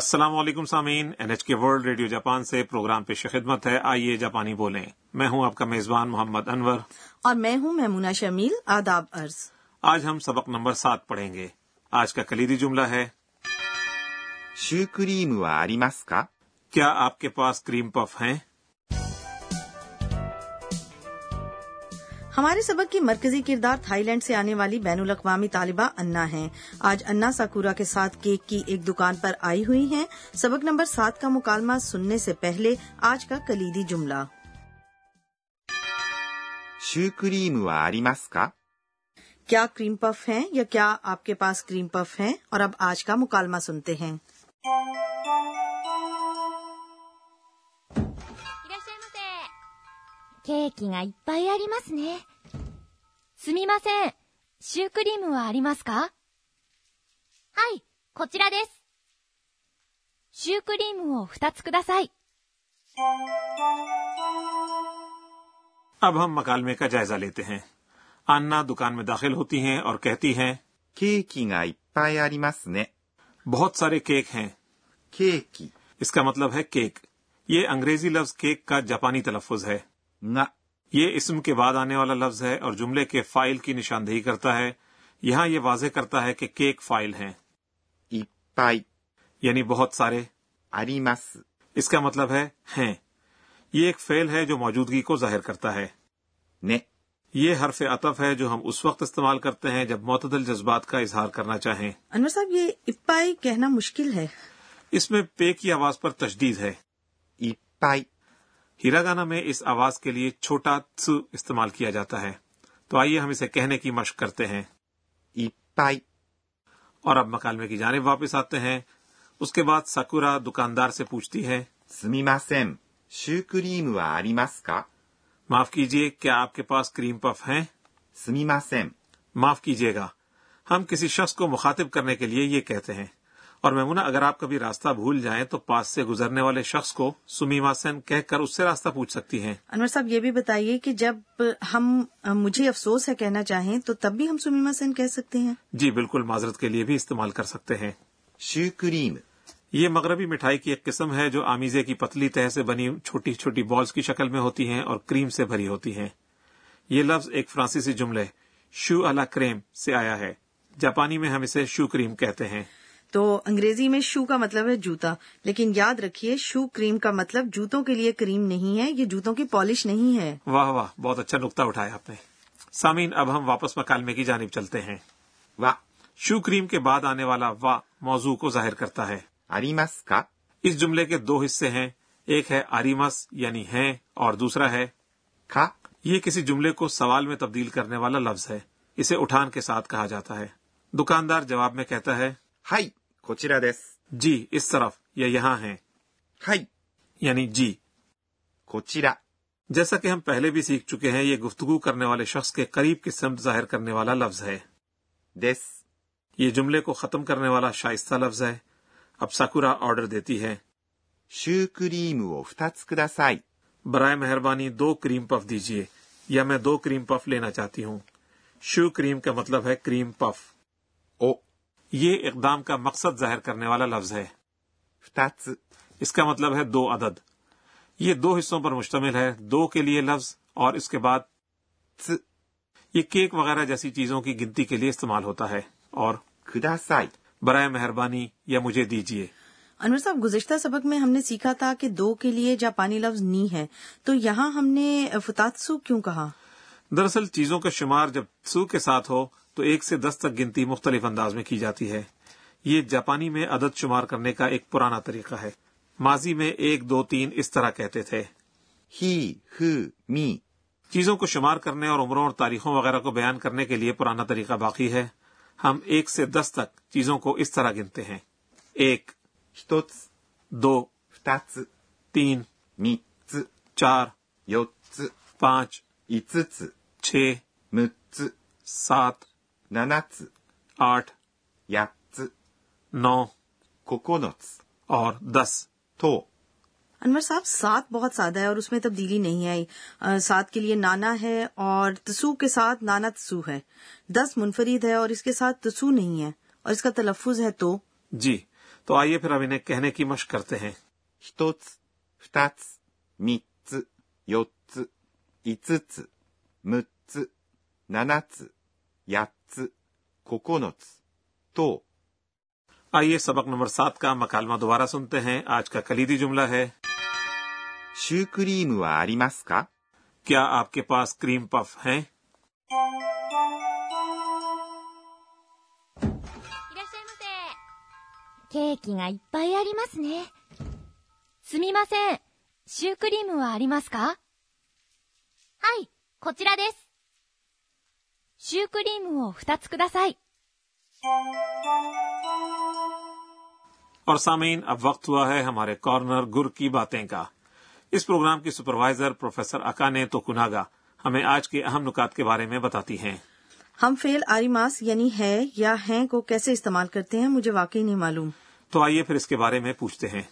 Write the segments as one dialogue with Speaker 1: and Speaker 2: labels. Speaker 1: السلام علیکم سامعین N H K World Radio Japan سے پروگرام پیش خدمت ہے آئیے جاپانی بولیں میں ہوں آپ کا میزبان محمد انور
Speaker 2: اور میں ہوں میمونہ شمیل آداب عرض
Speaker 1: آج ہم سبق نمبر سات پڑھیں گے آج کا کلیدی جملہ ہے
Speaker 3: シュークリームはありますか
Speaker 1: کیا آپ کے پاس کریم پف ہیں
Speaker 2: ہمارے سبق کی مرکزی کردار تھائی لینڈ سے آنے والی بین الاقوامی طالبہ انا ہیں آج انا ساکورا کے ساتھ کیک کی ایک دکان پر آئی ہوئی ہیں سبق نمبر سات کا مکالمہ سننے سے پہلے آج کا کلیدی جملہ
Speaker 3: シュークリームはありますか
Speaker 2: کیا کریم پف ہیں یا کیا آپ کے پاس کریم پف ہیں اور اب آج کا مکالمہ سنتے ہیں
Speaker 4: いらっしゃいませ。ケーキがいっぱいありますね。すみません。シュークリームはありますかはい、こちらです。シュークリームを2つください。
Speaker 1: اب ہم مکالمے کا جائزہ لیتے ہیں آنا دکان میں داخل ہوتی ہیں اور کہتی ہیں
Speaker 3: ケーキがいっぱいありますね。
Speaker 1: بہت سارے کیک ہیں
Speaker 3: ケーキ
Speaker 1: اس کا مطلب ہے کیک یہ انگریزی لفظ کیک کا جاپانی تلفظ ہے
Speaker 3: が
Speaker 1: یہ اسم کے بعد آنے والا لفظ ہے اور جملے کے فائل کی نشاندہی کرتا ہے یہاں یہ واضح کرتا ہے کہ کیک فائل ہیں
Speaker 3: いっぱい
Speaker 1: یعنی بہت سارے
Speaker 3: あります。
Speaker 1: اس کا مطلب ہے ہیں یہ ایک فعل ہے جو موجودگی کو ظاہر کرتا ہے
Speaker 3: ね。
Speaker 1: یہ حرف عطف ہے جو ہم اس وقت استعمال کرتے ہیں جب معتدل جذبات کا اظہار کرنا چاہیں
Speaker 2: انور صاحب یہ اپائی کہنا مشکل ہے
Speaker 1: اس میں پے کی آواز پر تشدید ہے
Speaker 3: いっぱい。
Speaker 1: ہیرا گانا میں اس آواز کے لیے چھوٹا س استعمال کیا جاتا ہے تو آئیے ہم اسے کہنے کی مشق کرتے ہیں
Speaker 3: いっぱい。
Speaker 1: اور اب مکالمے کی جانب واپس آتے ہیں اس کے بعد سکورا دکاندار سے پوچھتی ہے
Speaker 3: すみません。シュークリームはありますか
Speaker 1: معاف کیجیے کیا آپ کے پاس کریم پف ہیں
Speaker 3: すみません。
Speaker 1: معاف کیجیے گا ہم کسی شخص کو مخاطب کرنے کے لیے یہ کہتے ہیں اور میمونہ اگر آپ کبھی راستہ بھول جائیں تو پاس سے گزرنے والے شخص کو سمیما سین کہہ کر اس سے راستہ پوچھ سکتی ہیں
Speaker 2: انور صاحب یہ بھی بتائیے کہ جب ہم مجھے افسوس ہے کہنا چاہیں تو تب بھی ہم سمیما سین کہہ سکتے ہیں
Speaker 1: جی بالکل معذرت کے لیے بھی استعمال کر سکتے ہیں
Speaker 3: シュークリーム。
Speaker 1: یہ مغربی مٹھائی کی ایک قسم ہے جو آمیزے کی پتلی تہ سے بنی چھوٹی چھوٹی بالز کی شکل میں ہوتی ہیں اور کریم سے بھری ہوتی ہیں یہ لفظ ایک فرانسیسی جملے شو الا کریم سے آیا ہے جاپانی میں ہم اسے شو کریم کہتے ہیں
Speaker 2: تو انگریزی میں شو کا مطلب ہے جوتا لیکن یاد رکھیے شو کریم کا مطلب جوتوں کے لیے کریم نہیں ہے یہ جوتوں کی پالش نہیں ہے
Speaker 1: واہ واہ بہت اچھا نقطہ اٹھایا آپ نے سامعین اب ہم واپس مکالمے کی جانب چلتے ہیں
Speaker 3: は、
Speaker 1: شو کریم کے بعد آنے والا وا موضوع کو ظاہر کرتا ہے
Speaker 3: ありますか
Speaker 1: اس جملے کے دو حصے ہیں ایک ہے آریمس یعنی ہیں اور دوسرا ہے
Speaker 3: か、
Speaker 1: یہ کسی جملے کو سوال میں تبدیل کرنے والا لفظ ہے اسے اٹھان کے ساتھ کہا جاتا ہے دکاندار جواب میں کہتا ہے
Speaker 3: はい、こちらです。
Speaker 1: جی اس طرف یا یہاں ہیں
Speaker 3: はい、
Speaker 1: یعنی جی
Speaker 3: こちら。
Speaker 1: جیسا کہ ہم پہلے بھی سیکھ چکے ہیں یہ گفتگو کرنے والے شخص کے قریب کی سمت ظاہر کرنے والا لفظ ہے
Speaker 3: です。
Speaker 1: یہ جملے کو ختم کرنے والا شائستہ لفظ ہے اب ساکورا آرڈر دیتی ہے
Speaker 3: シュークリームを2つください。
Speaker 1: برائے مہربانی دو کریم پف دیجیے یا میں دو کریم پف لینا چاہتی ہوں شو کریم کا مطلب ہے کریم پف
Speaker 3: を、
Speaker 1: یہ اقدام کا مقصد ظاہر کرنے والا لفظ ہے
Speaker 3: 2つ。
Speaker 1: اس کا مطلب ہے دو عدد یہ دو حصوں پر مشتمل ہے دو کے لیے لفظ اور اس کے بعد
Speaker 3: つ、
Speaker 1: یہ کیک وغیرہ جیسی چیزوں کی گنتی کے لیے استعمال ہوتا ہے اور
Speaker 3: ください。
Speaker 1: برائے مہربانی یا مجھے دیجیے
Speaker 2: انور صاحب گزشتہ سبق میں ہم نے سیکھا تھا کہ دو کے لیے جاپانی لفظ نی ہے تو یہاں ہم نے فتاتسو کیوں کہا
Speaker 1: دراصل چیزوں کا شمار جب سو کے ساتھ ہو تو ایک سے دس تک گنتی مختلف انداز میں کی جاتی ہے یہ جاپانی میں عدد شمار کرنے کا ایک پرانا طریقہ ہے ماضی میں ایک دو تین اس طرح کہتے تھے
Speaker 3: ひ、ふ、み、
Speaker 1: چیزوں کو شمار کرنے اور عمروں اور تاریخوں وغیرہ کو بیان کرنے کے لیے پرانا طریقہ باقی ہے ہم ایک سے دس تک چیزوں کو اس طرح گنتے ہیں ایک
Speaker 3: 1つ、
Speaker 1: دو
Speaker 3: 2つ、
Speaker 1: تین
Speaker 3: 3つ、
Speaker 1: چار
Speaker 3: 4つ、
Speaker 1: پانچ
Speaker 3: 5つ、
Speaker 1: چھ
Speaker 3: 6つ、
Speaker 1: سات
Speaker 3: 7つ、
Speaker 1: آٹھ
Speaker 3: 8つ、
Speaker 1: نو
Speaker 3: 9つ、
Speaker 1: اور دس
Speaker 3: と、
Speaker 2: انور صاحب سات بہت سادہ ہے اور اس میں تبدیلی نہیں آئی آ، سات کے لیے نانا ہے اور تسو کے ساتھ نانا تسو ہے دس منفرد ہے اور اس کے ساتھ تسو نہیں ہے اور اس کا تلفظ ہے تو
Speaker 1: جی تو آئیے پھر اب انہیں کہنے کی مشق کرتے ہیں
Speaker 3: 一つ、二つ、三つ、四つ、五つ、六つ、七つ、八つ、九つ、と、
Speaker 1: آئیے سبق نمبر سات کا مکالمہ دوبارہ سنتے ہیں آج کا کلیدی جملہ ہے
Speaker 3: シュークリームはありますか
Speaker 1: کیا آپ کے پاس کریم پف ہیں
Speaker 4: いらっしゃいませ。ケーキがいっぱいありますね。すみません。シュークリームはありますかはい、こちらです。シュークリームを2つください。
Speaker 1: اور سامعین اب وقت ہوا ہے ہمارے کارنر گر کی باتیں کا اس پروگرام کی سپروائزر پروفیسر اکانے تو کناگا ہمیں آج کے اہم نکات کے بارے میں بتاتی ہیں
Speaker 2: ہم فیل آری ماس یعنی ہے یا ہیں کو کیسے استعمال کرتے ہیں مجھے واقعی نہیں معلوم
Speaker 1: تو آئیے پھر اس کے بارے میں پوچھتے ہیں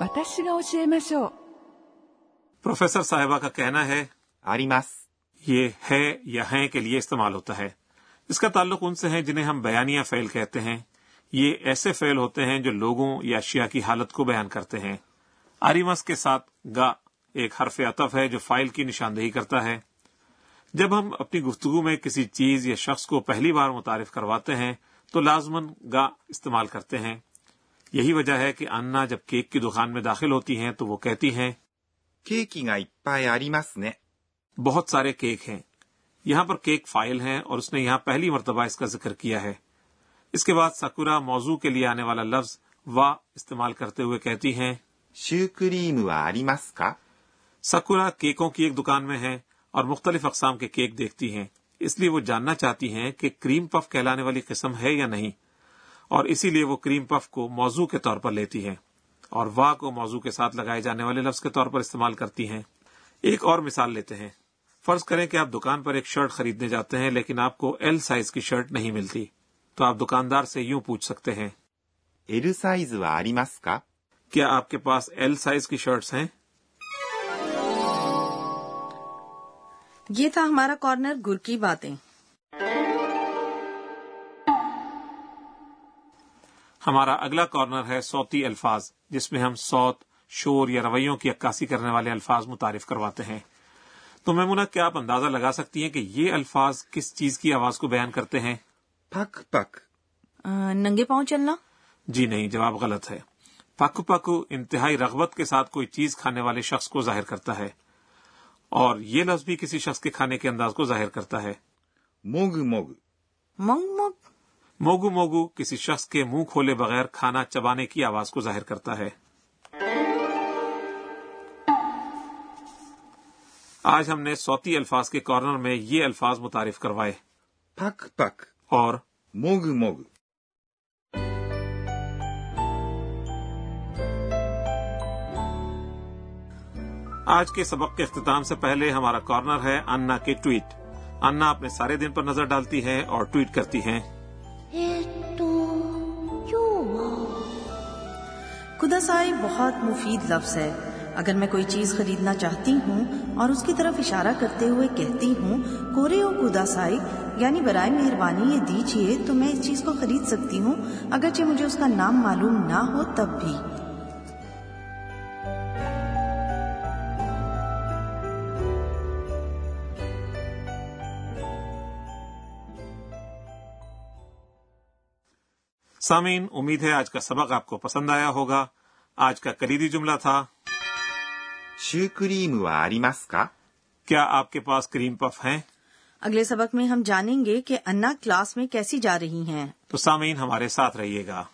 Speaker 5: 私が教えましょう
Speaker 1: پروفیسر صاحبہ کا کہنا ہے
Speaker 3: あります。
Speaker 1: یہ ہے یا ہیں کے لیے استعمال ہوتا ہے اس کا تعلق ان سے ہے جنہیں ہم بیانیہ فعل کہتے ہیں یہ ایسے فعل ہوتے ہیں جو لوگوں یا اشیاء کی حالت کو بیان کرتے ہیں آریمس کے ساتھ گا ایک حرف عطف ہے جو فائل کی نشاندہی کرتا ہے جب ہم اپنی گفتگو میں کسی چیز یا شخص کو پہلی بار متعارف کرواتے ہیں تو لازمن گا استعمال کرتے ہیں یہی وجہ ہے کہ انا جب کیک کی دکان میں داخل ہوتی ہیں تو وہ کہتی ہیں
Speaker 3: ケーキがいっぱいありますね。
Speaker 1: بہت سارے کیک ہیں یہاں پر کیک فائل ہیں اور اس نے یہاں پہلی مرتبہ اس کا ذکر کیا ہے اس کے بعد سکورا موضوع کے لیے آنے والا لفظ وا استعمال کرتے ہوئے کہتی ہیں
Speaker 3: シュークリームはありますか
Speaker 1: سکورا کیکوں کی ایک دکان میں ہیں اور مختلف اقسام کے کیک دیکھتی ہیں اس لیے وہ جاننا چاہتی ہیں کہ کریم پف کہلانے والی قسم ہے یا نہیں اور اسی لیے وہ کریم پف کو موضوع کے طور پر لیتی ہیں اور وا کو موضوع کے ساتھ لگائے جانے والے لفظ کے طور پر استعمال کرتی ہیں ایک اور مثال لیتے ہیں فرض کریں کہ آپ دکان پر ایک شرٹ خریدنے جاتے ہیں لیکن آپ کو ایل سائز کی شرٹ نہیں ملتی تو آپ دکاندار سے یوں پوچھ سکتے ہیں
Speaker 3: ?L サイズはありますか
Speaker 1: کیا آپ کے پاس ایل سائز کی شرٹس ہیں
Speaker 2: یہ تھا ہمارا کارنر گر کی باتیں
Speaker 1: ہمارا اگلا کارنر ہے صوتی الفاظ جس میں ہم سوت شور یا رویوں کی عکاسی کرنے والے الفاظ متعارف کرواتے ہیں تو میمونہ کیا آپ اندازہ لگا سکتی ہیں کہ یہ الفاظ کس چیز کی آواز کو بیان کرتے ہیں
Speaker 3: パクパク。
Speaker 2: آ، ننگے پاؤں چلنا
Speaker 1: جی نہیں جواب غلط ہے پاکو پاکو انتہائی رغبت کے ساتھ کوئی چیز کھانے والے شخص کو ظاہر کرتا ہے اور یہ لفظ بھی کسی شخص کے کھانے کے انداز کو ظاہر کرتا ہے
Speaker 3: もぐもぐ。
Speaker 2: مونگ مونگ
Speaker 1: موگو موگو کسی شخص کے منہ کھولے بغیر کھانا چبانے کی آواز کو ظاہر کرتا ہے آج ہم نے صوتی الفاظ کے کارنر میں یہ الفاظ متعارف کروائے
Speaker 3: パクパク。
Speaker 1: اور
Speaker 3: もぐもぐ。
Speaker 1: آج کے سبق کے اختتام سے پہلے ہمارا کارنر ہے انا کے ٹویٹ انا اپنے سارے دن پر نظر ڈالتی ہے اور ٹویٹ کرتی ہیں
Speaker 4: えーっと、今日は、
Speaker 2: خدا سائی بہت مفید لفظ ہے اگر میں کوئی چیز خریدنا چاہتی ہوں اور اس کی طرف اشارہ کرتے ہوئے کہتی ہوں کورے اور خدا سائی یعنی برائے مہربانی یہ دیجیے تو میں اس چیز کو خرید سکتی ہوں اگرچہ مجھے اس کا نام معلوم نہ ہو تب بھی
Speaker 1: سامعین امید ہے آج کا سبق آپ کو پسند آیا ہوگا آج کا کلیدی جملہ تھا
Speaker 3: シュークリームはありますか
Speaker 1: کیا آپ کے پاس کریم پف ہیں
Speaker 2: اگلے سبق میں ہم جانیں گے کہ انا کلاس میں کیسی جا رہی ہیں
Speaker 1: تو سامعین ہمارے ساتھ رہیے گا